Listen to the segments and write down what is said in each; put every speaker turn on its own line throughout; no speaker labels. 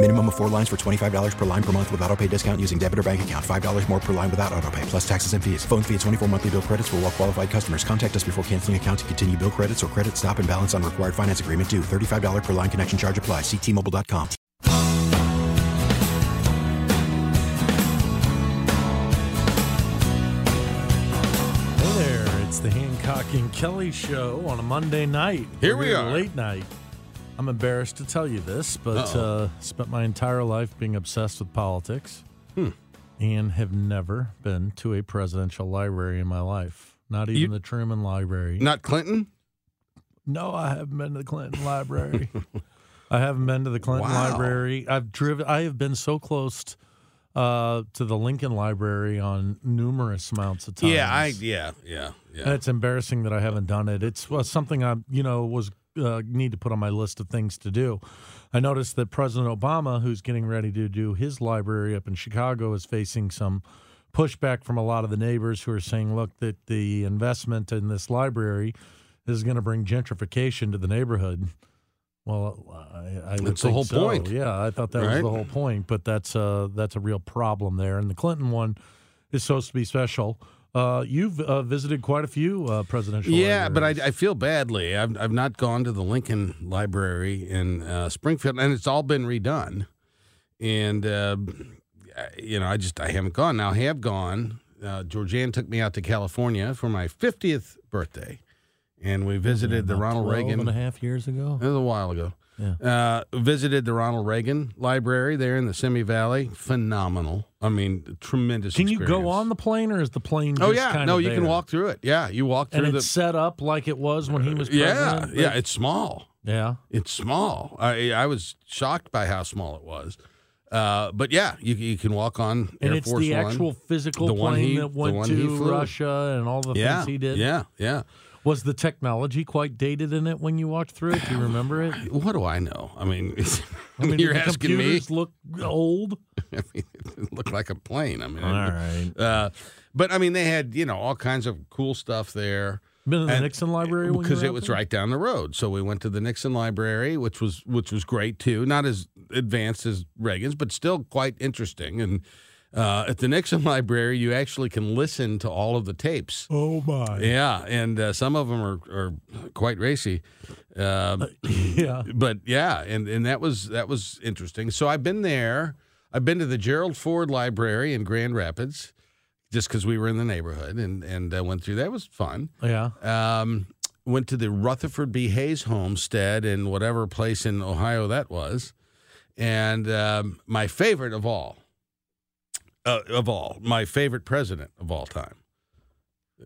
Minimum of four lines for $25 per line per month with auto pay discount using debit or bank account. $5 more per line without auto pay, plus taxes and fees. Phone fee at 24 monthly bill credits for all well qualified customers. Contact us before canceling account to continue bill credits or credit stop and balance on required finance agreement due. $35 per line connection charge apply. Ctmobile.com.
Hey there, it's the Hancock and Kelly show on a Monday night.
Here we are.
Late night. I'm embarrassed to tell you this, but
Uh-oh.
uh, spent my entire life being obsessed with politics
Hmm.
and have never been to a presidential library in my life. Not even
You-
the Truman Library.
Not Clinton?
no, I haven't been to the Clinton Library. I haven't been to the Clinton
Wow.
Library. I've driven. I have been so close t- uh, to the Lincoln Library on numerous amounts of times.
Yeah, I yeah, yeah,
And
yeah.
it's embarrassing that I haven't done it. It's uh, something I, you know, was uh, need to put on my list of things to do. I noticed that President Obama, who's getting ready to do his library up in Chicago, is facing some pushback from a lot of the neighbors who are saying, "Look, that the investment in this library is going to bring gentrification to the neighborhood." Well, I, I would
That's the
think
whole
so.
point.
Yeah, I thought that was
Right?
the whole point, but that's uh, that's a real problem there. And the Clinton one is supposed to be special. Uh, you've uh, visited quite a few uh, presidential.
Yeah, but I,
libraries.
I feel badly. I've, I've not gone to the Lincoln Library in uh, Springfield, and it's all been redone. And, uh, I- you know, I just I haven't gone. Now, I have gone. Uh, Georgianne took me out to California for my 50th birthday, and we visited the
About
Ronald
12
Reagan. Oh,
and a half years ago.
It was a while ago.
Yeah.
Uh, visited the Ronald Reagan Library there in the Simi Valley. Phenomenal. I mean, tremendous.
Can you go
experience.
on the plane, or is the plane?
Oh
just
yeah,
kinda
no, you can
there?
walk through it. Yeah, you walk
And
through
it's
the.
set up like it was when he was
Yeah,
president.
yeah, it's small.
yeah.
It's small. I I was shocked by how small it was. Uh, but yeah, you you can walk on
And
Air
it's
Force
the
One.
actual physical
The one
plane
he-
that
the
went
one he
to
flew.
Russia and all the
yeah,
things he did.
yeah, yeah.
Was the technology quite dated in it when you walked through it? Do you remember it?
What do I know? I mean,
I mean,
you're
did the
asking me.
computers look old.
I mean, it looked like a plane. I mean,
All right.
uh, but I mean, they had you know all kinds of cool stuff there.
Been in the
And-
Nixon Library when you
because
were
it
out
was
there?
right down the road. So we went to the Nixon Library, which was which was great too. Not as advanced as Reagan's, but still quite interesting. And uh, at the Nixon Library, you actually can listen to all of the tapes.
Oh my.
Yeah, and uh, some of them are, are quite racy. Um,
Uh, Yeah.
but yeah, and and that was that was interesting. So I've been there. I've been to the Gerald Ford Library in Grand Rapids, just because we were in the neighborhood, and and uh, went through. That was fun.
Yeah.
Um, went to the Rutherford B. Hayes homestead in whatever place in Ohio that was. And um, my favorite of all, uh, of all, my favorite president of all time.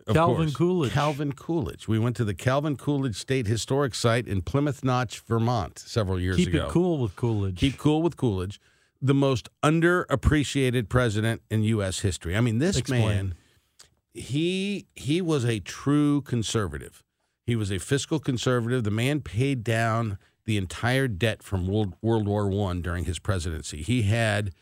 of
Calvin Coolidge.
Calvin Coolidge. We went to the Calvin Coolidge State Historic Site in Plymouth Notch, Vermont, several years
Keep
ago.
it cool with Coolidge.
Keep cool with Coolidge, the most underappreciated president in U.S. history. I mean, this
Explain.
man, he he was a true conservative. He was a fiscal conservative. The man paid down the entire debt from World, World War One during his presidency. He had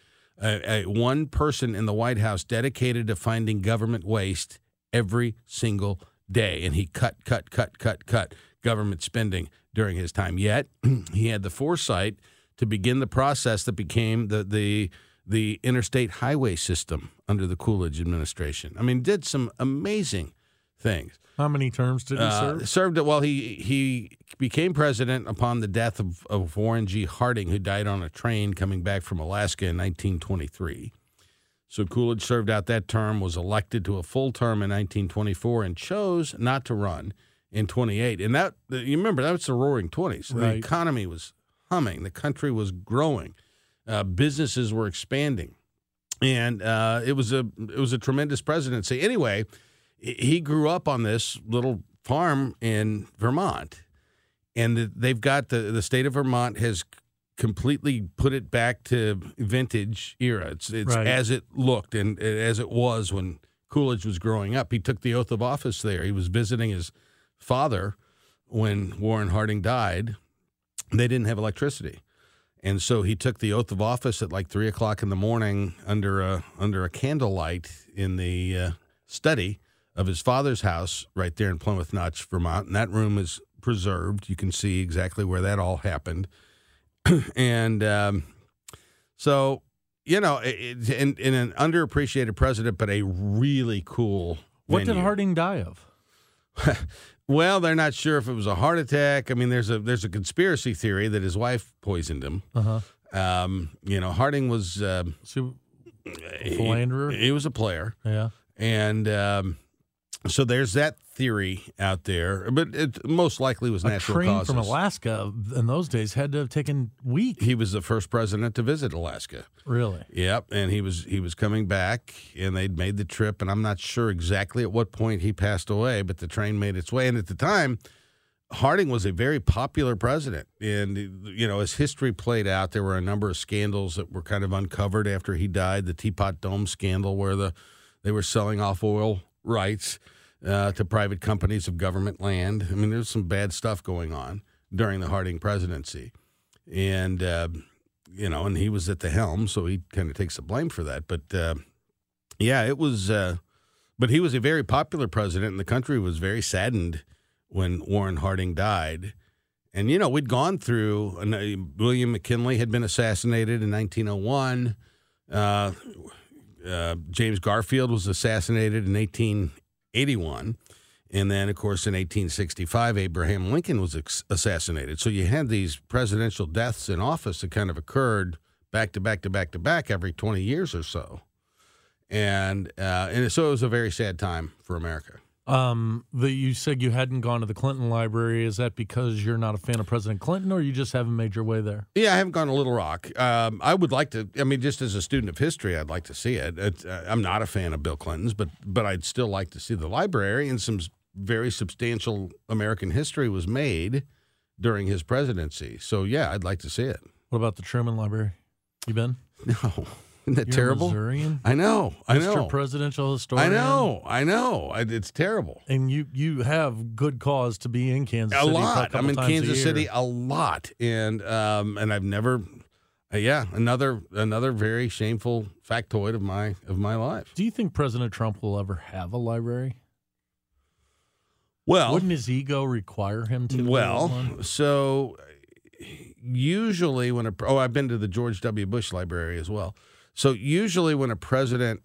a, a, one person in the White House dedicated to finding government waste every single day, and he cut, cut, cut, cut, cut government spending during his time. Yet he had the foresight to begin the process that became the the the interstate highway system under the Coolidge administration. I mean, did some amazing things.
How many terms did he
Uh,
serve?
served well. He he became president upon the death of, of Warren G. Harding, who died on a train coming back from Alaska in 1923. So Coolidge served out that term, was elected to a full term in 1924, and chose not to run in 28. And that you remember that was the Roaring Twenties. The
Right.
economy was humming. The country was growing. Uh, businesses were expanding, and uh, it was a it was a tremendous presidency. Anyway, he- he grew up on this little farm in Vermont, and the- they've got the the state of Vermont has completely put it back to vintage era. It's it's
Right.
as it looked and uh, as it was when Coolidge was growing up. He took the oath of office there. He was visiting his father when Warren Harding died. They didn't have electricity. And so he took the oath of office at like three o'clock in the morning under a under a candlelight in the uh, study of his father's house right there in Plymouth Notch, Vermont. And that room is preserved. You can see exactly where that all happened. and um, so you know, it, it, and, and an underappreciated president, but a really cool.
What did
venue.
Harding die of?
Well, they're not sure if it was a heart attack. I mean, there's a there's a conspiracy theory that his wife poisoned him.
Uh-huh.
Um, you know, Harding was uh,
So, philanderer?
He, he was a player,
yeah.
and um, so there's that theory out there. But it most likely was
A
natural
train
causes.
from Alaska in those days had to have taken week.
He was the first president to visit Alaska.
Really?
Yep, and he was he was coming back, and they'd made the trip, and I'm not sure exactly at what point he passed away, but the train made its way, and at the time, Harding was a very popular president, and you know as history played out, there were a number of scandals that were kind of uncovered after he died. The Teapot Dome scandal, where the they were selling off oil rights uh, to private companies of government land. I mean, there's some bad stuff going on during the Harding presidency, and. Uh, you know, and he was at the helm, so he kind of takes the blame for that. But uh, yeah, it was. Uh, but he was a very popular president, and the country was very saddened when Warren Harding died. And you know, we'd gone through. And, uh, William McKinley had been assassinated in 1901. Uh, uh, James Garfield was assassinated in 1881. And then, of course, in 1865, Abraham Lincoln was ex- assassinated. So you had these presidential deaths in office that kind of occurred back to back to back to back every 20 years or so. And, uh, and so it was a very sad time for America.
Um, the, you said you hadn't gone to the Clinton Library. Is that because you're not a fan of President Clinton, or you just haven't made your way there?
Yeah, I haven't gone to Little Rock. Um, I would like to. I mean, just as a student of history, I'd like to see it. It's uh, I'm not a fan of Bill Clinton's, but but I'd still like to see the library and some s- very substantial American history was made during his presidency. So yeah, I'd like to see it.
What about the Truman Library? You been?
No, isn't that
You're a
terrible?
Missourian?
I know. I know.
Mr. Presidential
I
historian.
know. I know. I, it's terrible.
And you you have good cause to be in Kansas
a
City. for
lot.
couple
I'm in
times a
Kansas
year.
City a lot, and um, and I've never, uh, yeah, another another very shameful factoid of my of my life.
Do you think President Trump will ever have a library?
Well,
Wouldn't his ego require him to? build one?
well, so usually when a oh, I've been to the George W. Bush Library as well. So usually when a president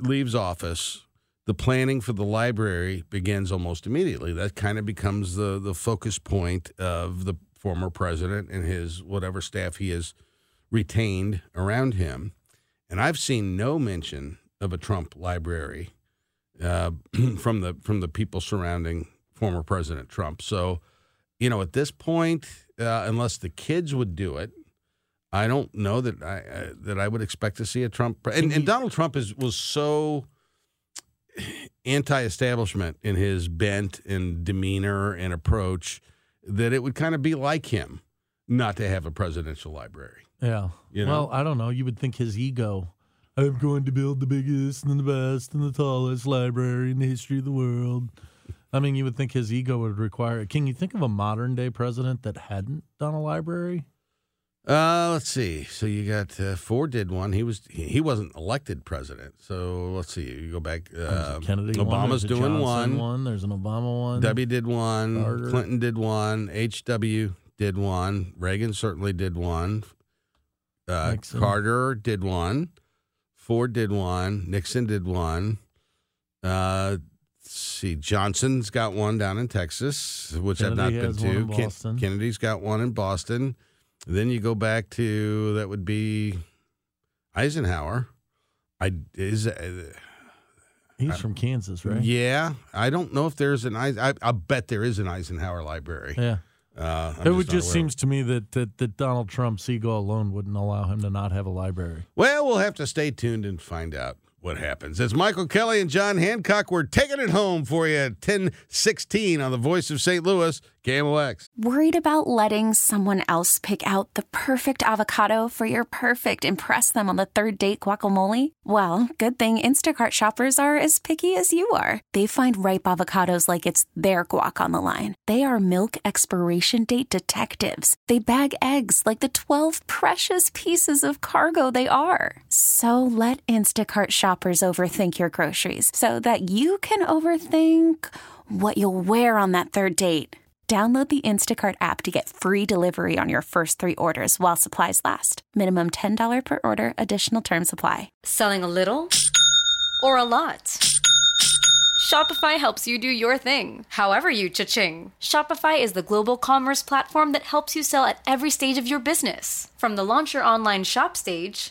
leaves office, the planning for the library begins almost immediately. That kind of becomes the the focus point of the former president and his whatever staff he has retained around him. And I've seen no mention of a Trump library uh, from the from the people surrounding former President Trump. So, you know, at this point, uh, unless the kids would do it, I don't know that I uh, that I would expect to see a Trump. Pre- and, and Donald Trump is was so anti-establishment in his bent and demeanor and approach that it would kind of be like him not to have a presidential library.
yeah.
You know?
Well, I don't know. You would think his ego. I'm going to build the biggest and the best and the tallest library in the history of the world. I mean, you would think his ego would require it. Can you think of a modern day president that hadn't done a library?
Uh, let's see. So you got uh, Ford did one. He was he, he wasn't elected president. So let's see. You go back.
There's a
Uh,
Kennedy. one,
Obama's
there's a
doing
Johnson
one.
There's an Obama one.
W did one.
Carter.
Clinton did one. H.W. did one. Reagan certainly did one. Uh,
Nixon.
Carter did one. Ford did one. Nixon did one. Uh, let's see, Johnson's got one down in Texas, which I've
Kennedy
not been
has
to.
one in
Ken-
Boston.
Kennedy's got one in Boston. Then you go back to that would be Eisenhower. I is uh,
He's from Kansas, right?
yeah. I don't know if there's an Eisen- I. I bet there is an Eisenhower Library.
Yeah.
Uh, I'm
it would
not
just
aware of
seems to me that, that that Donald Trump's ego alone wouldn't allow him to not have a library.
Well, we'll have to stay tuned and find out what happens. It's Michael Kelly and John Hancock. We're taking it home for you at 1016 on the Voice of St. Louis, KMOX.
Worried about letting someone else pick out the perfect avocado for your perfect impress them on the third date guacamole? Well, good thing Instacart shoppers are as picky as you are. They find ripe avocados like it's their guac on the line. They are milk expiration date detectives. They bag eggs like the 12 precious pieces of cargo they are. So let Instacart shoppers overthink your groceries so that you can overthink what you'll wear on that third date. Download the Instacart app to get free delivery on your first three orders while supplies last. Minimum $10 per order, additional term supply.
Selling a little or a lot? Shopify helps you do your thing, however you cha-ching. Shopify is the global commerce platform that helps you sell at every stage of your business. From the launch your online shop stage,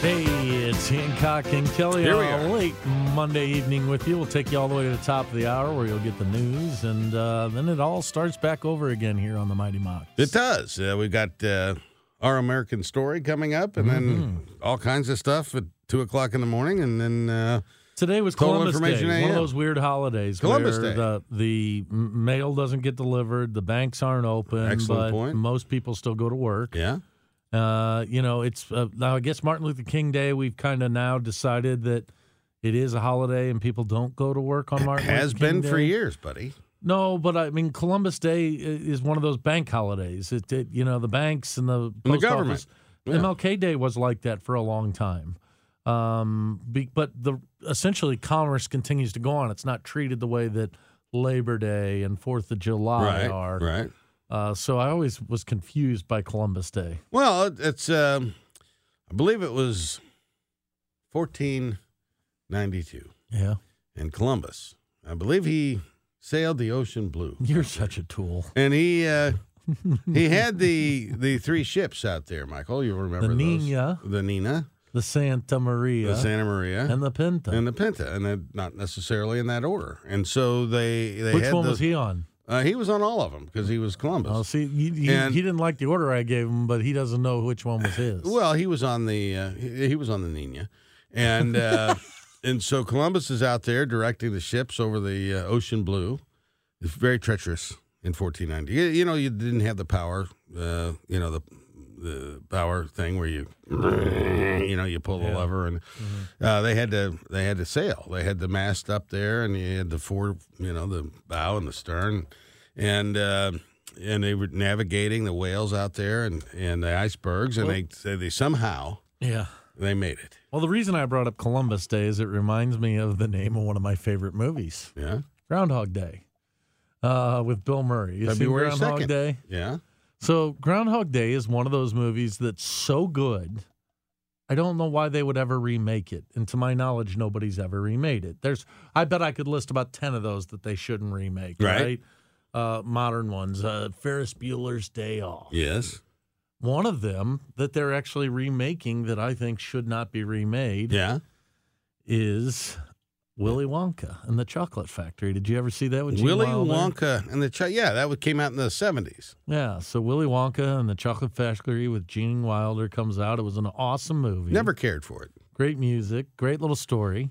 Hey, it's Hancock and Kelly
Here we
on a
are.
late Monday evening with you. We'll take you all the way to the top of the hour where you'll get the news, and uh, then it all starts back over again here on the Mighty Mox.
It does. Uh, we've got uh, Our American Story coming up, and
Mm-hmm.
then all kinds of stuff at 2 o'clock in the morning, and then uh,
Today was
Total
Columbus Day,
Information
one of
AM.
those weird holidays
Columbus
where
Day.
the the m- mail doesn't get delivered, the banks aren't open, but
Excellent point.
most people still go to work.
yeah.
Uh, you know, it's uh, now I guess Martin Luther King Day. We've kind of now decided that it is a holiday and people don't go to work on Martin.
Has
Luther King
been for
Day.
years, buddy.
No, but I mean Columbus Day i- is one of those bank holidays. It, it you know the banks and the
the
post
government.
office.
Yeah.
MLK Day was like that for a long time. Um, be, but the essentially commerce continues to go on. It's not treated the way that Labor Day and Fourth of July
right.
are.
Right.
Uh, so I always was confused by Columbus Day.
Well, it- it's, um, I believe it was 1492
Yeah,
in Columbus. I believe he sailed the ocean blue.
you're such a tool.
and he uh, he had the the three ships out there, Michael. You remember
The
those.
Nina.
the Nina,
The Santa Maria
the Santa Maria,
and the Pinta.
and the Pinta, and they're not necessarily in that order. And so they they
Which
had
one
the-
was he on?
Uh, he was on all of them because he was Columbus.
Oh, see, he, he,
And-
he didn't like the order I gave him, but he doesn't know which one was his.
Well, he was on the uh, he, he was on the Nina, and uh, and so Columbus is out there directing the ships over the uh, ocean blue. It's very treacherous in 1490. You, you know, you didn't have the power, uh, you know the the power thing where you you know you pull the lever and uh, they had to they had to sail. They had the mast up there and you had the fore you know the bow and the stern, and uh, and they were navigating the whales out there and, and the icebergs, and they they they somehow
Yeah.
they made it.
Well, the reason I brought up Columbus Day is it reminds me of the name of one of my favorite movies,
Yeah,
Groundhog Day, uh, with Bill Murray. You seen
February
Groundhog
2nd.
Day.
yeah.
So Groundhog Day is one of those movies that's so good. I don't know why they would ever remake it. And to my knowledge, nobody's ever remade it. There's I bet I could list about 10 of those that they shouldn't remake,
Right.
right? Uh, modern ones, uh, Ferris Bueller's Day Off.
Yes.
One of them that they're actually remaking that I think should not be remade
Yeah.
is Willy Wonka and the Chocolate Factory. Did you ever see that with Gene
Willy
Wilder?
Wonka and the Ch- yeah that was, came out in the seventies.
Yeah, so Willy Wonka and the Chocolate Factory with Gene Wilder comes out. It was an awesome movie.
Never cared for it.
great music, great little story.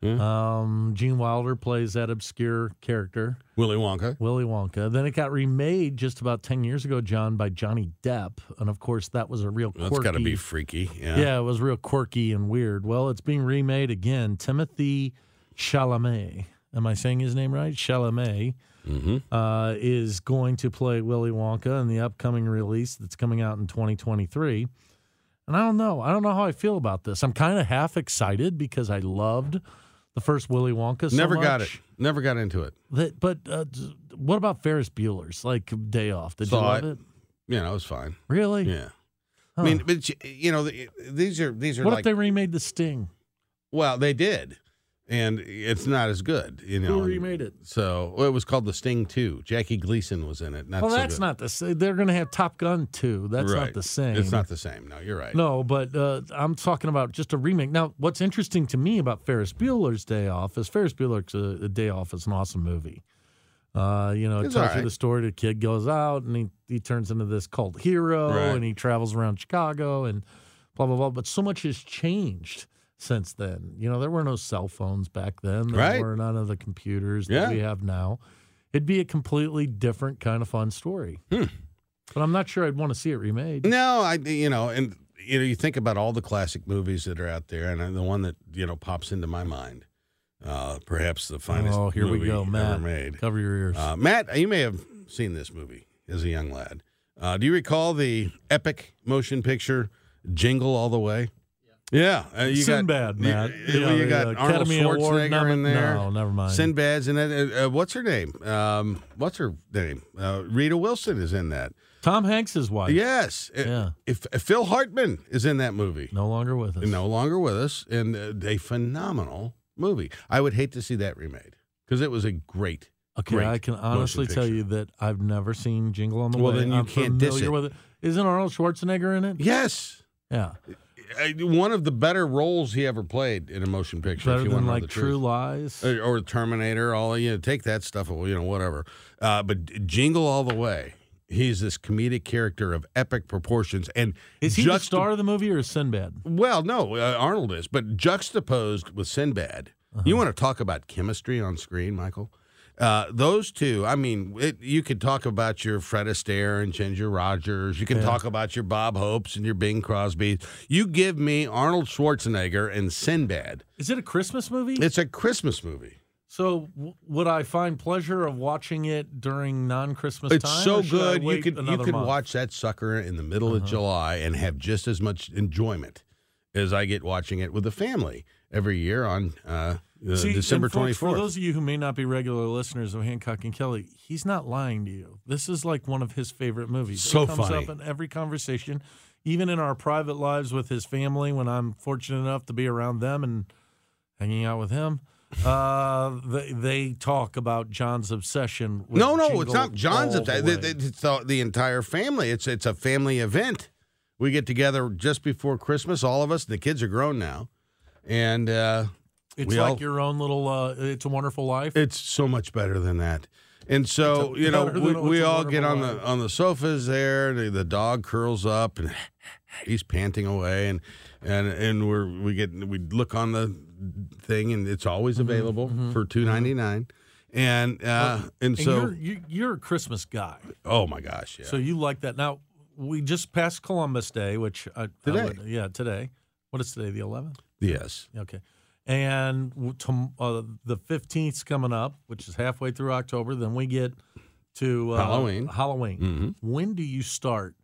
Um, Gene Wilder plays that obscure character,
Willy Wonka.
Willy Wonka. Then it got remade just about ten years ago, John, by Johnny Depp, and of course that was a real quirky.
That's got to be freaky. Yeah.
Yeah, it was real quirky and weird. Well, it's being remade again. Timothy Chalamet. Am I saying his name right? Chalamet
Mm-hmm.
uh, is going to play Willy Wonka in the upcoming release that's coming out in 2023. And I don't know. I don't know how I feel about this. I'm kind of half excited because I loved the first Willy Wonka. So
Never got it.
much.
Never got into it.
That, but uh, d- what about Ferris Bueller's like Day Off? Did
Saw
you love
it.
it?
You know, it was fine.
Really?
Yeah.
Huh.
I mean, but you- you know, the- these are these are
what
like
if they remade The Sting?
well, they did, and it's not as good. You know,
Who
and
remade it?
So well, it was called The Sting Two. Jackie Gleason was in it. Not
well,
so
that's
good.
not the same. They're going to have Top Gun too. That's
Right.
not the same.
It's not the same. No, you're right.
No, but uh, I'm talking about just a remake. Now, what's interesting to me about Ferris Bueller's Day Off is Ferris Bueller's uh, Day Off is an awesome movie. Uh, you know, it
It's
tells
all
you
right.
the story. The kid goes out and he, he turns into this cult hero
Right.
and he travels around Chicago and blah, blah, blah. But so much has changed since then. You know, there were no cell phones back then. There
Right.
were none of the computers
Yeah.
that we have now. It'd be a completely different kind of fun story.
Hmm.
But I'm not sure I'd want to see it remade.
No, I you know, and you know, you think about all the classic movies that are out there, and uh, the one that you know pops into my mind, uh, perhaps the finest.
Oh, here we
movie
go, Matt.
Ever made.
Cover your ears.
Uh, Matt, you may have seen this movie as a young lad. Uh, do you recall the epic motion picture Jingle All the Way? Yeah, uh, you
Sinbad,
got,
Matt.
You,
Yeah,
you
the
got Arnold
uh, Academy Award
Schwarzenegger in
nomin-
there.
no, never mind.
Sinbad's in it. Uh, uh, what's her name? Um, what's her name? Uh, Rita Wilson is in that.
Tom Hanks' wife.
Yes. Uh,
Yeah.
If, if Phil Hartman is in that movie,
No longer with us.
no longer with us, and uh, a phenomenal movie. I would hate to see that remade because it was a great.
Okay,
great
I can honestly
motion
tell
picture.
you that I've never seen Jingle on the
Well,
Way.
then you
I'm
can't diss
familiar
it.
with it. Isn't Arnold Schwarzenegger in it?
Yes.
Yeah.
I- One of the better roles he ever played in a motion picture. if
Better
you
than
want to know
like
the
True
truth.
Lies.
Or- uh, or Terminator. All you know, take that stuff. You know, whatever. Uh, but Jingle All the Way. He's this comedic character of epic proportions, and
is he the
juxta-
star of the movie or is Sinbad?
Well, no, uh, Arnold is, but juxtaposed with Sinbad. You
Uh-huh.
want to talk about chemistry on screen, Michael? Uh, those two, I mean, it, you could talk about your Fred Astaire and Ginger Rogers. You can talk about your Bob Hopes and your Bing Crosby. You give me Arnold Schwarzenegger and Sinbad.
Is it a Christmas movie?
It's a Christmas movie.
so w- would I find pleasure of watching it during non-Christmas
It's
time?
so
or should I
good. You
wait
could you
another
could
month? Uh-huh.
watch that sucker in the middle of July and have just as much enjoyment as I get watching it with the family every year on uh, uh,
See, and
December
folks,
twenty
For
fourth.
those of you who may not be regular listeners of Hancock and Kelly, he's not lying to you. This is like one of his favorite movies.
So
it comes
funny.
up in every conversation, even in our private lives with his family. When I'm fortunate enough to be around them and hanging out with him, uh, they, they talk about John's obsession. With
No, no, it's
Jingle
not John's.
All the
Attack.
Way.
It's the, the entire family. It's it's a family event. We get together just before Christmas. All of us. The kids are grown now, and uh,
It's
we
like
all-
your own little. Uh, it's a Wonderful Life.
it's so much better than that. And so
It's a-
you know,
better
we,
than It's
we
a
all get on
Wonderful
the
Life.
on the sofas there. The, the dog curls up and he's panting away, and and and we're we get we look on the thing, and it's always
Mm-hmm,
available for two ninety nine, and uh,
and
and so
you're, you- you're a Christmas guy.
oh my gosh, yeah.
So you like that. Now, we just passed Columbus Day, which I,
Today.
I would- yeah, today. What is today? The 11th?
yes.
Okay. And w- tom- uh, the 15th's coming up, which is halfway through October. Then we get to uh,
Halloween.
Halloween.
Mhm.
When do you start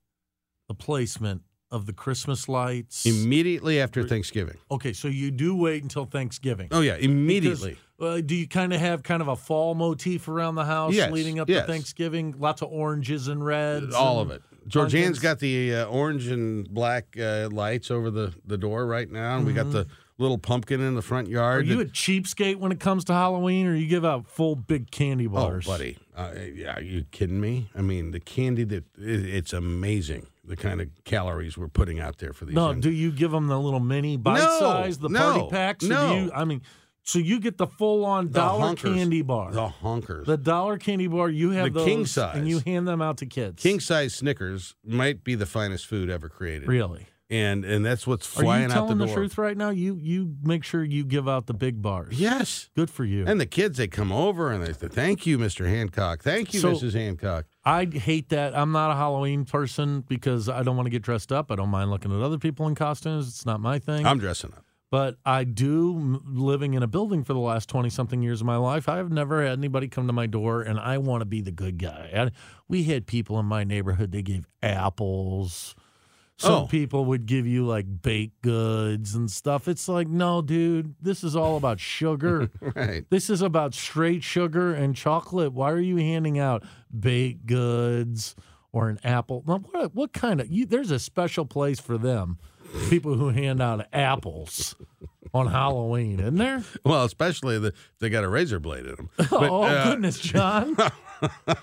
the placement of the Christmas lights?
Immediately after Thanksgiving.
okay, so you do wait until Thanksgiving.
Oh yeah,
Because,
immediately.
uh, do you kind of have kind of a fall motif around the house
Yes,
leading up
yes.
to Thanksgiving? Lots of oranges and reds.
All
and
of it. Georgianne's
pumpkins?
got the uh, orange and black uh, lights over the, the door right now, and we got the little pumpkin in the front
Mm-hmm. Are
yard.
you a
that-
cheapskate when it comes to Halloween, or you give out full big candy
oh,
bars?
buddy, uh, yeah, are you kidding me? I mean, the candy that it, it's amazing. The kind of calories we're putting out there for these.
No,
young-
do you give them the little mini bite size, the
no,
party packs? or do
no.
you- I mean, so you get the full on
The
dollar
honkers.
candy bar.
The honkers.
The dollar candy bar, you have
The king
those, and
size.
you hand them out to kids.
King size Snickers might be the finest food ever created.
really?
And and that's what's
Are
flying
you
out the
telling the,
door.
truth right now? You you make sure you give out the big bars.
Yes.
good for you.
And the kids they come over and they say, Thank you, Mr. Hancock. Thank you,
So-
Mrs. Hancock.
I hate that. I'm not a Halloween person because I don't want to get dressed up. I don't mind looking at other people in costumes. It's not my thing.
I'm dressing up.
but I do m- living in a building for the last 20 something years of my life. I've never had anybody come to my door and I want to be the good guy. And we had people in my neighborhood that gave apples. Some
Oh.
people would give you like baked goods and stuff. It's like, no, dude, this is all about sugar.
Right.
This is about straight sugar and chocolate. Why are you handing out baked goods or an apple? Now, What, what kind of? You, there's a special place for them. People who hand out apples on Halloween, isn't there?
Well, especially the, if they got a razor blade in them. But,
oh
uh,
goodness, John!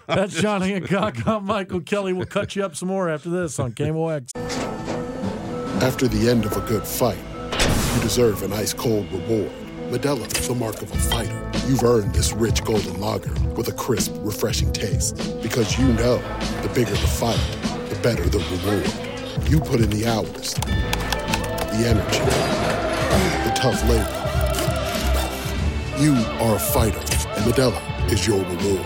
That's John Hancock. I'm Michael Kelly. We'll cut you up some more after this on KMOX.
After the end of a good fight, you deserve an ice cold reward. Medella is the mark of a fighter. You've earned this rich golden lager with a crisp, refreshing taste. Because you know the bigger the fight, the better the reward. You put in the hours, the energy, the tough labor. You are a fighter, and Medella is your reward.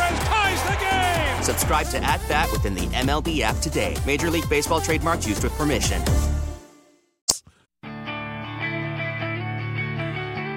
ties the game.
Subscribe to At Bat within the MLB app today. Major League Baseball trademarks used with permission.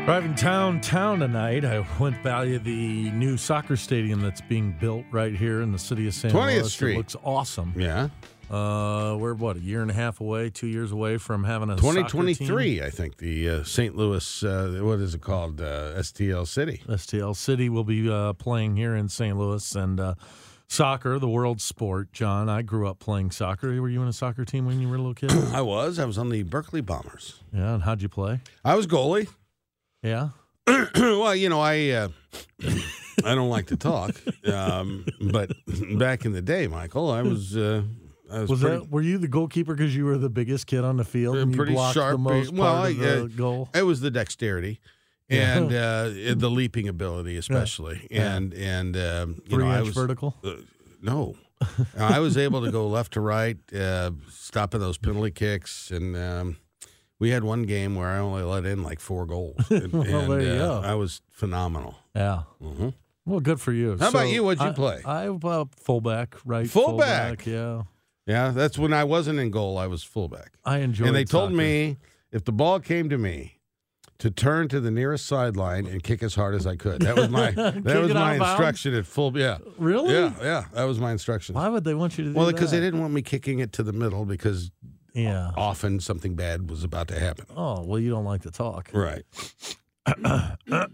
Driving downtown tonight, I went by the new soccer stadium that's being built right here in the city of San
20th
Luis.
Street.
It looks awesome.
yeah.
Uh, we're what a year and a half away, two years away from having a soccer team?
2023, I think the uh, St. Louis, uh, what is it called? Uh, STL City.
STL City will be uh, playing here in St. Louis, and uh, soccer, the world sport. John, I grew up playing soccer. Were you in a soccer team when you were a little kid?
I was. I was on the Berkeley Bombers.
yeah, and how'd you play?
I was goalie.
Yeah,
well, you know, I uh, I don't like to talk, um, but back in the day, Michael, I was uh, I was,
was
pretty,
that? Were you the goalkeeper because you were the biggest kid on the field and you
pretty
blocked
sharp.
the most
well,
part of
I,
the
uh,
goal?
It was the dexterity and uh, the leaping ability, especially, and and um, you
Three
know, I
inch
was uh,
vertical.
no. I was able to go left to right, uh, stopping those penalty kicks, and um, we had one game where I only let in like four goals. And, and,
there you go.
uh, I was phenomenal.
Yeah. Well, good for you.
Mm-hmm. How about you? What'd you
I-
play?
I uh, fullback, right?
Fullback?
yeah.
Yeah, that's when I wasn't in goal. I was fullback.
I enjoyed.
and they told
soccer.
me if the ball came to me, to turn to the nearest sideline and kick as hard as I could. That was my
Kick
that
it
was
out
my
of bounds?
instruction at full. Yeah,
Really?
yeah, yeah. That was my instruction.
Why would they want you to do
Well,
that?
because they didn't want me kicking it to the middle because
Yeah.
often something bad was about to happen.
Oh well, you don't like to talk.
Right. yes.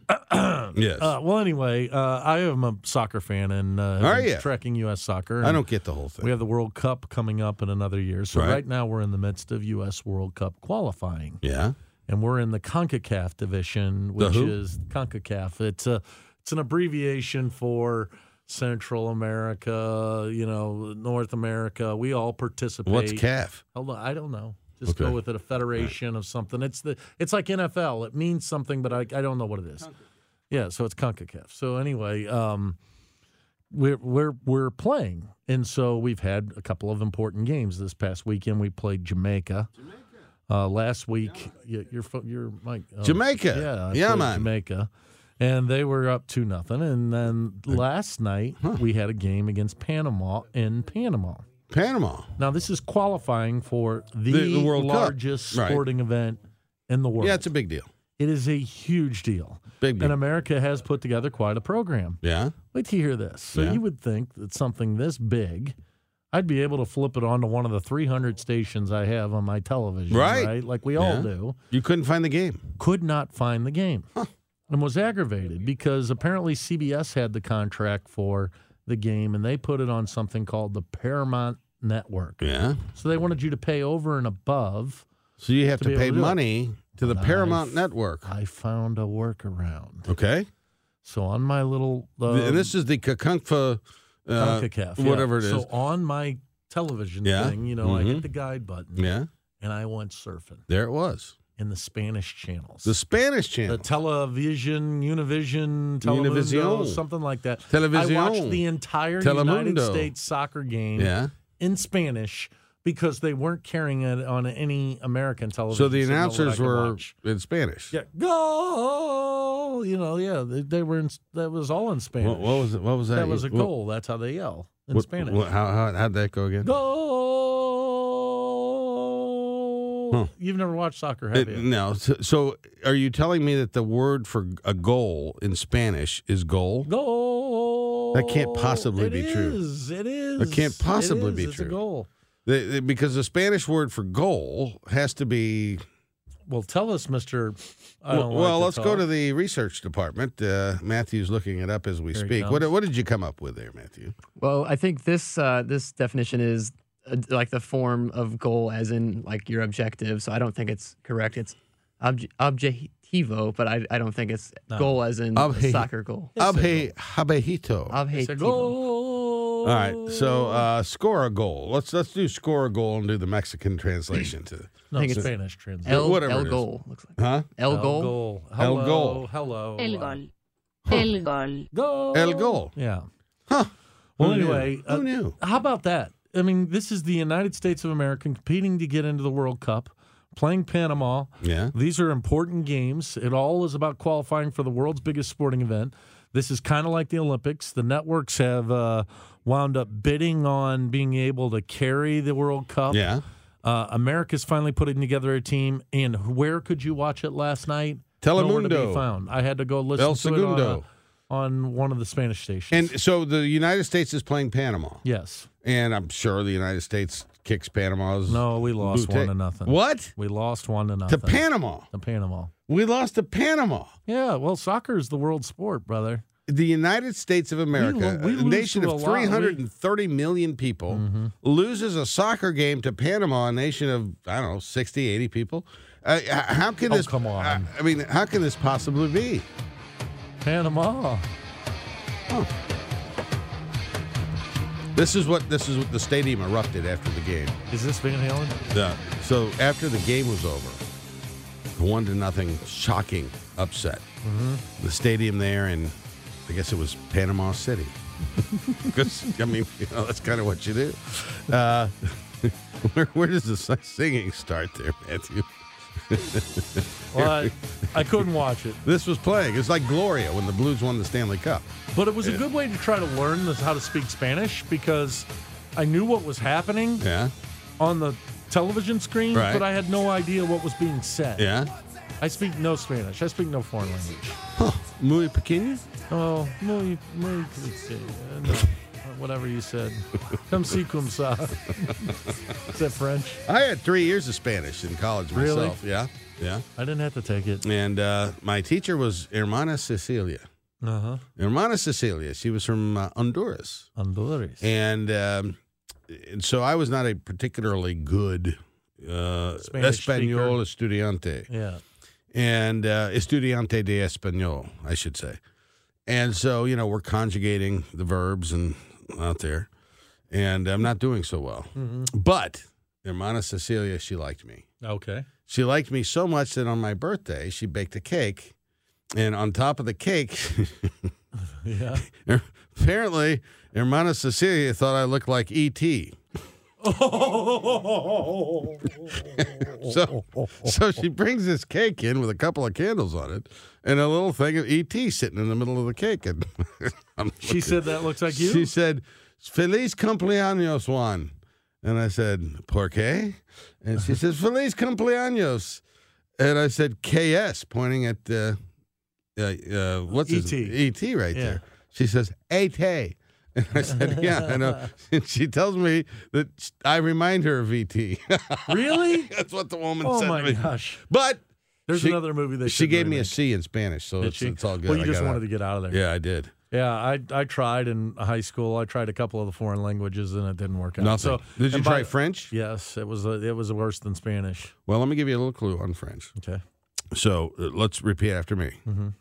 Uh, well, anyway, uh, I am a soccer fan and uh, have
Are
been
ya?
tracking U.S. soccer.
I
and
don't get the whole thing.
We have the World Cup coming up in another year, so
Right.
right now we're in the midst of U.S. World Cup qualifying.
yeah.
and we're in the CONCACAF division,
The
which
who?
is CONCACAF. It's a it's an abbreviation for Central America, you know, North America. We all participate.
What's calf?
Hold on, I don't know. Just go
Okay.
with it. A federation of something. It's the it's like NFL. It means something, but I I don't know what it is. Yeah, so it's CONCACAF. So anyway, um, we're we're we're playing, and so we've had a couple of important games this past weekend. We played Jamaica. Uh, last week, y- your fo- your Mike uh,
Jamaica.
yeah, I
Yeah,
played
man.
Jamaica, and they were up two nothing. And then last night we had a game against Panama in Panama.
Panama.
Now this is qualifying for the,
The- the World Cup.
largest
Right.
sporting event in the world.
Yeah, it's a big deal.
It is a huge deal.
Big deal.
And America has put together quite a program.
yeah.
Wait to hear this. So
Yeah.
you would think that something this big, I'd be able to flip it onto one of the 300 stations I have on my television,
Right.
right? Like we all
Yeah.
do.
You couldn't find the game.
Could not find the game and was aggravated because apparently CBS had the contract for the game and they put it on something called the Paramount Network.
Yeah.
So they wanted you to pay over and above.
So you have
To
to,
be able
pay
to do it.
money to the
And I
Paramount
f-
Network.
I found a workaround.
Okay.
So on my little uh,
and this is the Kakunkfa, uh,
CONCACAF, yeah.
whatever it is.
So on my television
Yeah.
thing, you know, I
Mhm.
hit the guide button
yeah.
and I went surfing
There it was.
in the Spanish channels.
The Spanish
the
channel.
television, Univision,
Univision.
Telemundo, something like that.
Television.
I watched the entire United
Telemundo.
States soccer game
yeah.
in Spanish because they weren't carrying it on any American television.
So the
signal that I
announcers
could
were
watch.
in Spanish.
yeah, goal. You know, yeah, they, they were in. That was all in Spanish.
What, what was it? What was that?
That was a
What-
goal. That's how they yell in
what-
Spanish.
what- how, how, how'd that go again?
Goal.
Huh.
You've never watched soccer,
Uh,
have you?
no. So, so are you telling me that the word for a goal in Spanish is goal?
Goal.
That can't possibly be true.
It is. It is.
That can't
It
possibly be
is. It's a
true.
goal.
They- they- because the Spanish word for goal has to be.
Well, tell us, Mister.
well, well, let's go to the research department. Uh, Matthew's looking it up as we
Here he
speak. What,
comes.
what did you come up with there, Matthew?
Well, I think this uh, this definition is uh, like the form of goal, as in like your objective. So I don't think it's correct. It's obje- objetivo, but I, I don't think it's goal as in
Obje-
soccer goal.
Abe Habejito.
It's a
Objetivo.
goal.
All right, so uh, score a goal. Let's let's do score a goal and do the Mexican translation to,
no,
I think it's-
Spanish translation.
El,
whatever it
El
is.
goal looks like.
huh?
El, goal.
Hello,
El goal.
Hello. Uh,
El gol. El gol.
Goal.
El goal.
Yeah.
Huh.
Well,
Who knew?
anyway, uh,
who knew?
How about that? I mean, this is the United States of America competing to get into the World Cup, playing Panama.
Yeah.
These are important games. It all is about qualifying for the world's biggest sporting event. This is kind of like the Olympics. The networks have uh, wound up bidding on being able to carry the World Cup.
Yeah.
Uh, America's finally putting together a team. And where could you watch it last night? Nowhere to
Telemundo.
be found. I had to go listen
El
to it on,
Segundo.
a- on one of the Spanish stations.
And so the United States is playing Panama,
yes.
and I'm sure the United States kicks Panama's.
No, we lost
bootay.
one to nothing.
What?
We lost one to
To
nothing.
Panama.
To Panama.
We lost to Panama.
Yeah, well, soccer is the world sport, brother.
The United States of America,
we
a
lose
nation
to a
of
lot. We- Mm-hmm.
three hundred and thirty million people, loses a soccer game to Panama, a nation of, I don't know, 60, 80 people. Uh, h- how can
Oh,
this.
come on.
I- I mean, how can this possibly be?
Panama.
This is what this is what the stadium erupted after the game.
Is this Van Halen?
The- so after the game was over, the one to nothing shocking upset. The stadium there, and I guess it was Panama City. 'Cause, I mean, you know, that's kind of what you do. Uh, where, where does the si- singing start there, Matthew?
Well, I, I couldn't watch it,
This was playing. It's like Gloria when the Blues won the Stanley Cup.
but it was a good way to try to learn this, how to speak Spanish because I knew what was happening
Yeah,
on the television screen,
Right.
but I had no idea what was being said.
yeah.
I speak no Spanish. I speak no foreign language.
Muy pequeño.
Oh, muy, muy, uh, no, whatever you said. Come see cum sa. Is that French?
I had three years of Spanish in college
Really?
myself. Yeah, yeah.
I didn't have to take it.
And uh, my teacher was Hermana Cecilia.
Uh
Uh-huh.
huh.
Hermana Cecilia. She was from uh, Honduras,
Honduras.
and um, and so I was not a particularly good uh,
Spanish
Espanol estudiante,
Yeah.
and uh, estudiante de Espanol, I should say. And so you know we're conjugating the verbs and out there, and I'm not doing so well. But Hermana Cecilia, she liked me.
Okay.
She liked me so much that on my birthday, she baked a cake. And on top of the cake,
Yeah.
Apparently, Hermana Cecilia thought I looked like E E.T. so, so she brings this cake in with a couple of candles on it and a little thing of ET sitting in the middle of the cake. And I'm
She
looking-
said that looks like you?
She said, "Feliz cumpleaños, Juan," and I said, "Por qué?" And she says, "Feliz cumpleaños," and I said, "KS," pointing at uh, uh, uh, what's his-
ET.
ET right
E Yeah.
there. She says, "Et." And I said, "Yeah, I know." And she tells me that I remind her of ET.
Really?
That's what the woman
oh
said to
my
me.
gosh.
But
There's
she-
another movie that
she gave me a C in Spanish, so
Did
it's,
she?
it's all good.
Well, you
I
just
got
wanted
out.
to get out of there.
Yeah, I did.
Yeah, I I tried in high school. I tried a couple of the foreign languages and it didn't work out.
Nothing.
So
Did you
and
try French?
Yes, it was uh it was worse than Spanish.
Well, let me give you a little clue on French.
Okay.
So uh, let's repeat after me.
Mhm.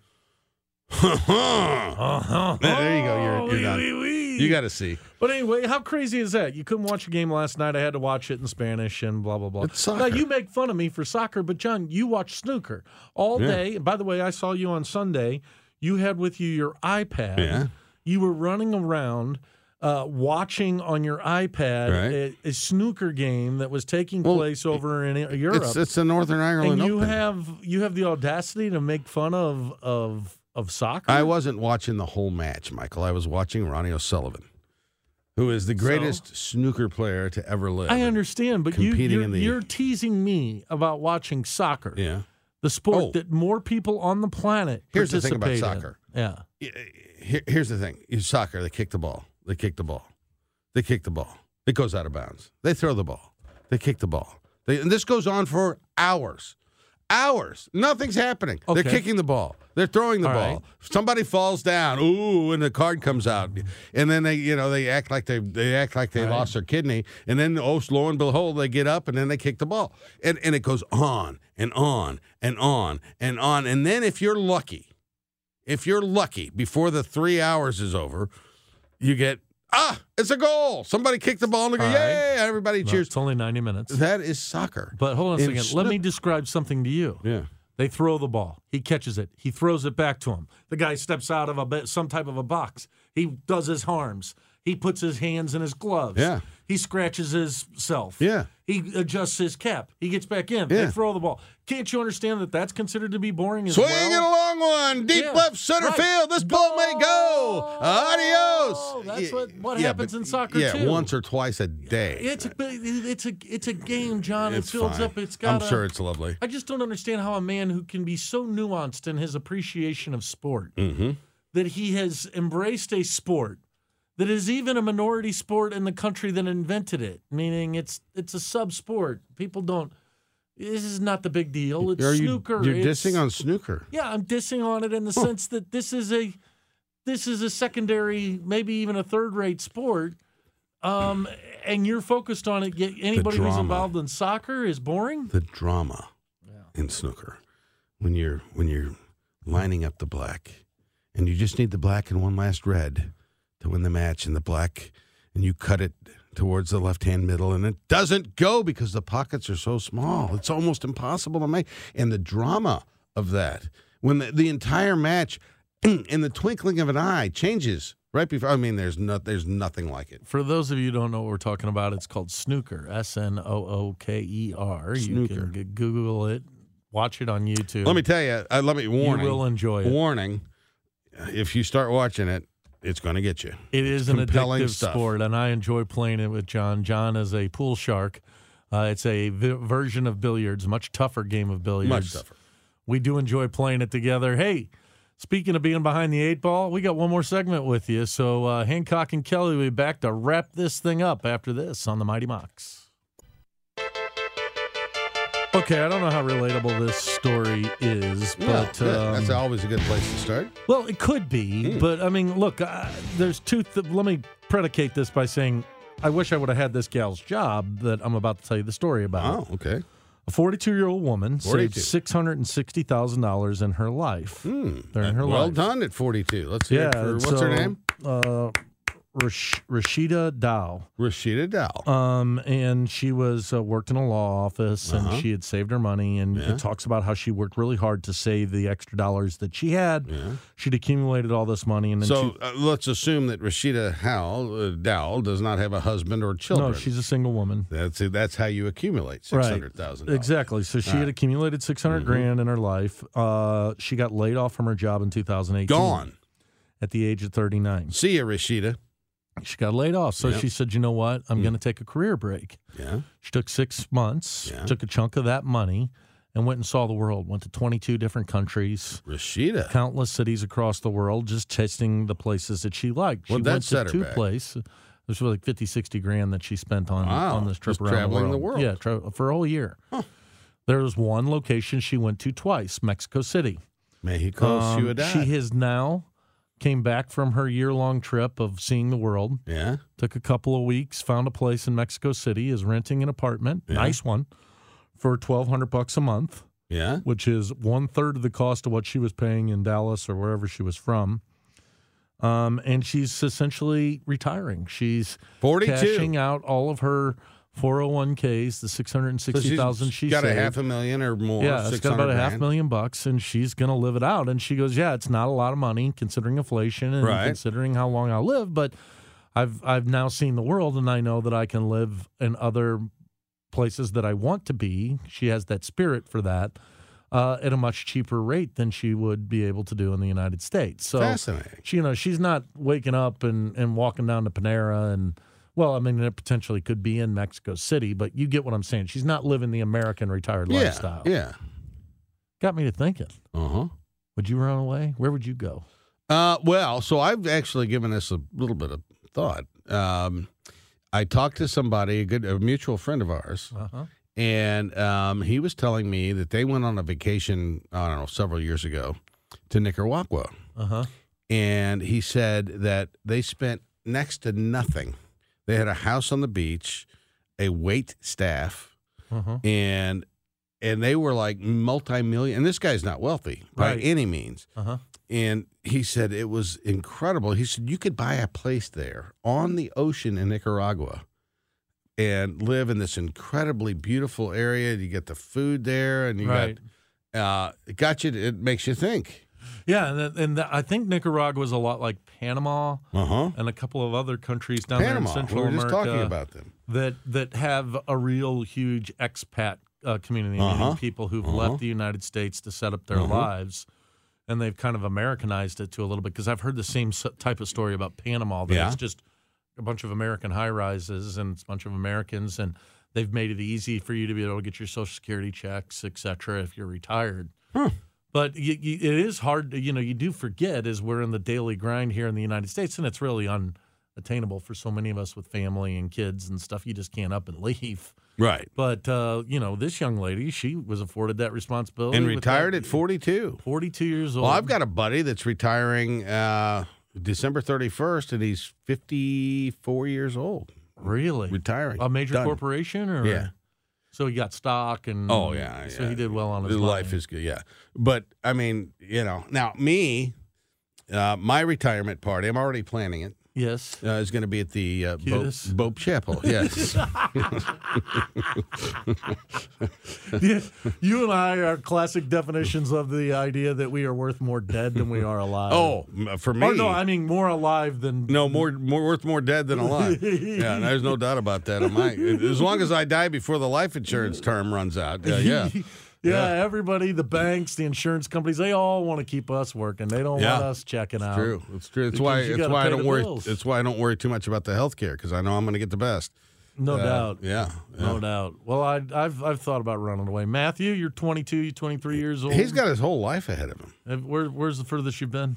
there you go. You're, you're
Oui,
not,
Oh, oui, oui.
You got to see.
But anyway, how crazy is that? You couldn't watch a game last night. I had to watch it in Spanish and blah blah blah.
It's
Now
soccer.
you make fun of me for soccer, but John, you watch snooker all
Yeah.
day. And by the way, I saw you on Sunday. You had with you your iPad.
Yeah.
You were running around. Uh, watching on your iPad
Right.
a, a snooker game that was taking
Well,
place over in I- Europe.
It's, it's the Northern Ireland
and you
Open.
have you have the audacity to make fun of of of soccer.
I wasn't watching the whole match, Michael. I was watching Ronnie O'Sullivan, who is the greatest snooker player to ever live.
I understand, but you,
competing
you're,
in the-
you're teasing me about watching soccer,
Yeah.
the sport
Oh.
that more people on the planet
Here's the thing about
participate in.
soccer.
Yeah,
eh, Here, here's the thing: in soccer, they kick the ball. They kick the ball. They kick the ball. It goes out of bounds. They throw the ball. They kick the ball. They, and this goes on for hours. Hours. Nothing's happening.
Okay.
They're kicking the ball. They're throwing the
All
ball.
right.
Somebody falls down. Ooh, and the card comes out. And then they, you know, they act like they they act like they
All right.
lost their kidney. And then oh, lo and behold, they get up and then they kick the ball. And and it goes on and on and on and on. And then if you're lucky, if you're lucky, before the three hours is over, you get ah, it's a goal. Somebody kicked the ball and they go,
All right.
yeah, everybody
Well,
cheers.
it's only ninety minutes.
That is soccer.
but hold on a
In
second. Let
snoo-
me describe something to you.
Yeah.
They throw the ball. He catches it. He throws it back to him. The guy steps out of a bit, some type of a box. He does his harms. He puts his hands in his gloves.
Yeah.
He scratches himself.
Yeah.
He adjusts his cap. He gets back in. They
Yeah.
throw the ball. Can't you understand that that's considered to be boring as
Swing
well?
it a long one, deep
Yeah,
left center
right.
field. This ball may go. Adios.
That's
Yeah,
what, what
yeah,
happens
but-
in soccer
Yeah,
too.
once or twice a day.
it's a, it's a it's a game, John.
It's
it builds
fine.
up. It's got.
I'm sure it's lovely.
I just don't understand how a man who can be so nuanced in his appreciation of sport
Mm-hmm.
that he has embraced a sport that is even a minority sport in the country that invented it, meaning it's it's a sub sport. People don't. This is not the big deal. It's
Are you,
snooker.
You're
it's-
dissing on snooker.
yeah, I'm dissing on it in the sense that this is a this is a secondary, maybe even a third rate sport. Um, and you're focused on it. Yet anybody who's
drama.
involved in soccer is boring.
The drama in snooker when you're when you're lining up the black, and you just need the black and one last red to win the match, and the black, and you cut it towards the left hand middle, and it doesn't go because the pockets are so small. It's almost impossible to make, and the drama of that when the, the entire match, in the twinkling of an eye, changes right before. I mean, there's not there's nothing like it.
For those of you who don't know what we're talking about, it's called snooker. S N O O K E R. You
Snooker.
can g- Google it, watch it on YouTube.
Let me tell you. Uh, let me warning.
will enjoy it.
Warning: If you start watching it, it's going to get you.
It is an
compelling
addictive
stuff.
sport, and I enjoy playing it with John. John is a pool shark. Uh, it's a vi- version of billiards, much tougher game of billiards.
Much tougher.
We do enjoy playing it together. Hey, speaking of being behind the eight ball, we got one more segment with you. So uh, Hancock and Kelly will be back to wrap this thing up after this on the Mighty Mox. Okay, I don't know how relatable this story is,
Well,
but
yeah, that's Hmm.
um,
always a good place to start.
well, it could be, but I mean, look, uh, there's two. Th- let me predicate this by saying, I wish I would have had this gal's job that I'm about to tell you the story about.
Oh, okay.
A 42 year old woman
42.
saved six hundred and sixty thousand dollars in her life
Hmm.
during her
well
life. uh,
done at 42. Let's hear it for,
and
what's her
so,
name?
Uh, Rash- Rashida Dow.
Rashida Dow.
Um, and she was uh, worked in a law office,
Uh-huh.
and she had saved her money. And
Yeah.
it talks about how she worked really hard to save the extra dollars that she had. She'd accumulated all this money, and then
So
she,
uh, let's assume that Rashida Howell, uh, Dow does not have a husband or children.
no, she's a single woman.
that's that's how you accumulate
Right.
six hundred thousand.
Exactly. So she
All
had
right. Mm-hmm.
accumulated six grand in her life. Uh, she got laid off from her job in 2018.
Gone.
at the age of 39.
See ya, Rashida.
She got laid off, so
Yep.
she said, "You know what?
Hmm.
I'm going to take a career break."
Yeah.
She took six months,
Yeah.
took a chunk of that money, and went and saw the world. Went to 22 different countries,
Rashida.
countless cities across the world, just testing the places that she liked. She
Well, that
went
set
to
her
two
back.
place. This was like 50, 60 grand that she spent on
Wow.
on this trip
Just
around
traveling
the
the
world.
world.
Yeah, tra- for a whole year. There was one location she went to twice, Mexico City.
Mexico
Um,
Ciudad.
She has now came back from her year long trip of seeing the world.
yeah.
Took a couple of weeks, found a place in Mexico City, is renting an apartment,
Yeah.
nice one, for twelve hundred bucks a month,
Yeah.
which is one third of the cost of what she was paying in Dallas or wherever she was from. Um, and she's essentially retiring. She's
42.
cashing out all of her 401ks, the six hundred and
So
sixty thousand she
got
saved.
a half a million or more.
Yeah, it's got
600
about a half
grand.
million bucks, and she's going to live it out. And she goes, "Yeah, it's not a lot of money considering inflation and
Right.
considering how long I'll live, but I've I've now seen the world, and I know that I can live in other places that I want to be." She has that spirit for that uh, at a much cheaper rate than she would be able to do in the United States. So
Fascinating.
she, you know, she's not waking up and, and walking down to Panera and. Well, I mean, it potentially could be in Mexico City, but you get what I'm saying. She's not living the American retired
Yeah.
lifestyle
Yeah.
got me to thinking.
Uh huh.
Would you run away? Where would you go?
Uh, well, so I've actually given this a little bit of thought. Um, I talked to somebody, a good a mutual friend of ours,
Uh-huh.
and um, he was telling me that they went on a vacation. I don't know, several years ago, to Nicaragua,
Uh-huh.
and he said that they spent next to nothing. They had a house on the beach, a wait staff,
Uh-huh.
and and they were like multi-million. And this guy's not wealthy
Right.
by any means
Uh-huh.
and he said it was incredible. He said you could buy a place there on the ocean in Nicaragua and live in this incredibly beautiful area. You get the food there, and you
Right.
got uh, it got you. It makes you think.
Yeah, and, and the, I think Nicaragua is a lot like Panama
Uh huh.
and a couple of other countries down
Panama.
there in Central
we were just
America
talking about them.
that that have a real huge expat uh, community,
Uh-huh.
meaning people who've
Uh-huh.
left the United States to set up their
Uh-huh.
lives. And they've kind of Americanized it to a little bit because I've heard the same s- type of story about Panama. That
Yeah.
it's just a bunch of American high rises and it's a bunch of Americans, and they've made it easy for you to be able to get your Social Security checks, et cetera, if you're retired.
Hmm.
But you, you, it is hard. To, you know, you do forget as we're in the daily grind here in the United States, and it's really unattainable for so many of us with family and kids and stuff. You just can't up and leave.
Right.
But uh, you know, this young lady, she was afforded that responsibility
And
with
retired
that-
at forty-two.
Forty-two years old.
Well, I've got a buddy that's retiring uh, December thirty-first, and he's fifty-four years old.
really
Retiring.
a major
Done.
corporation, or
Yeah.
So he got stock, and
Oh yeah,
so
yeah.
he did well on his
life
money.
is good. Yeah, but I mean, you know, now me, uh, my retirement party. I'm already planning it.
yes.
Uh, is going to be at the uh, Bo-
Cutest.
Bope Chapel. Yes,
Yeah, you and I are classic definitions of the idea that we are worth more dead than we are alive.
Oh, m- for me.
Or no, I mean more alive than
no more, more worth more dead than alive. yeah, there's no doubt about that. Am I? As long as I die before the life insurance term runs out. Yeah, yeah.
Yeah, everybody, the banks, the insurance companies, they all want to keep us working. They don't
Yeah.
want us checking out.
True, it's true. It's
Because
why.
you
It's
gotta
why I
pay the
don't worry.
bills.
It's why I don't worry too much about the health care because I know I'm going to get the best.
No
Uh,
doubt.
Yeah, yeah.
No doubt. Well, I, I've I've thought about running away. Matthew, you're 22, you're 23 years old.
He's got his whole life ahead of him.
Have- Where, where's the furthest you've been?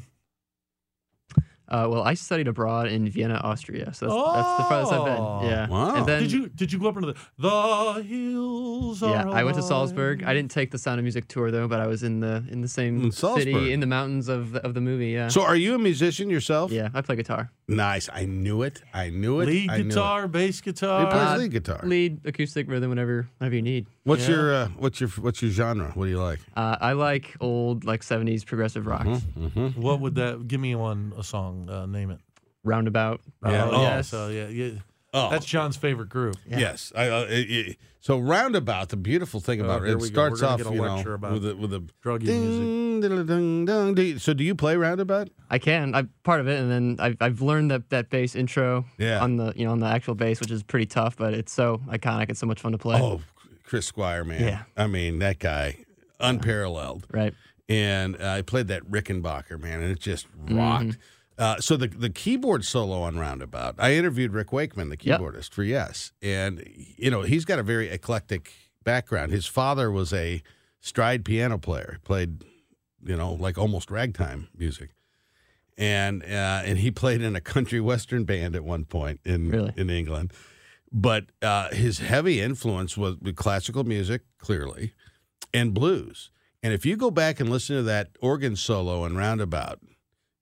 Uh, well, I studied abroad in Vienna, Austria, so that's, that's the farthest I've
Oh.
been. Yeah.
Wow.
And then,
did you did you go up into the the hills?
Yeah,
are
I went to
alive.
Salzburg. I didn't take the Sound of Music tour though, but I was in the in the same
In Salzburg.
city in the mountains of the, of the movie. Yeah.
So, are you a musician yourself?
yeah, I play guitar.
Nice. I knew it. I knew it.
Lead
I knew it.
guitar, bass
He plays
guitar.
lead guitar.
Uh, Lead, acoustic, rhythm, whatever whatever you need.
What's
Yeah.
your uh, what's your what's your genre? What do you like?
Uh, I like old like '70s progressive rock.
Mm-hmm.
What would that? Give me one a song. Uh, name it.
roundabout.
Yeah.
Oh.
yeah. So yeah, yeah.
Oh.
That's John's favorite group.
Yes. I, uh, it- it- so roundabout. The beautiful thing
Oh,
about
here
it, it
we go. We're
starts
gonna
off
get a
you
lecture
know
about
with a, with a
drug
ding, diddle, ding, dong. Do you- So do you play roundabout?
I can. I part of it, and then I've, I've learned that that bass intro
Yeah.
on the you know on the actual bass, which is pretty tough, but it's so iconic. It's so much fun to play.
Oh, Chris Squire, man.
Yeah.
I mean that guy, unparalleled.
Right.
And uh, I played that Rickenbacker, man, and it just
Mhm.
rocked. Uh, so the the keyboard solo on Roundabout, I interviewed Rick Wakeman, the
Yep.
keyboardist for Yes, and you know he's got a very eclectic background. His father was a stride piano player, played you know like almost ragtime music, and uh, and he played in a country western band at one point in
Really?
in England. But uh, his heavy influence was with classical music, clearly, and blues. And if you go back and listen to that organ solo in Roundabout,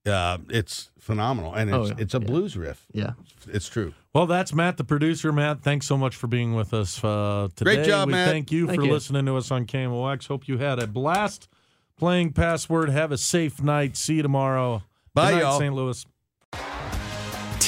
uh, it's phenomenal, and
Oh,
it's,
yeah.
it's a
Yeah.
blues riff.
Yeah.
It's true.
Well, that's Matt, the producer. Matt, thanks so much for being with us uh, today.
Great job,
we
Matt.
Thank you
Thank
for
you.
listening to us on KMOX. Hope you had a blast playing Password. Have a safe night. See you tomorrow.
Bye,
Good night,
y'all.
St. Louis.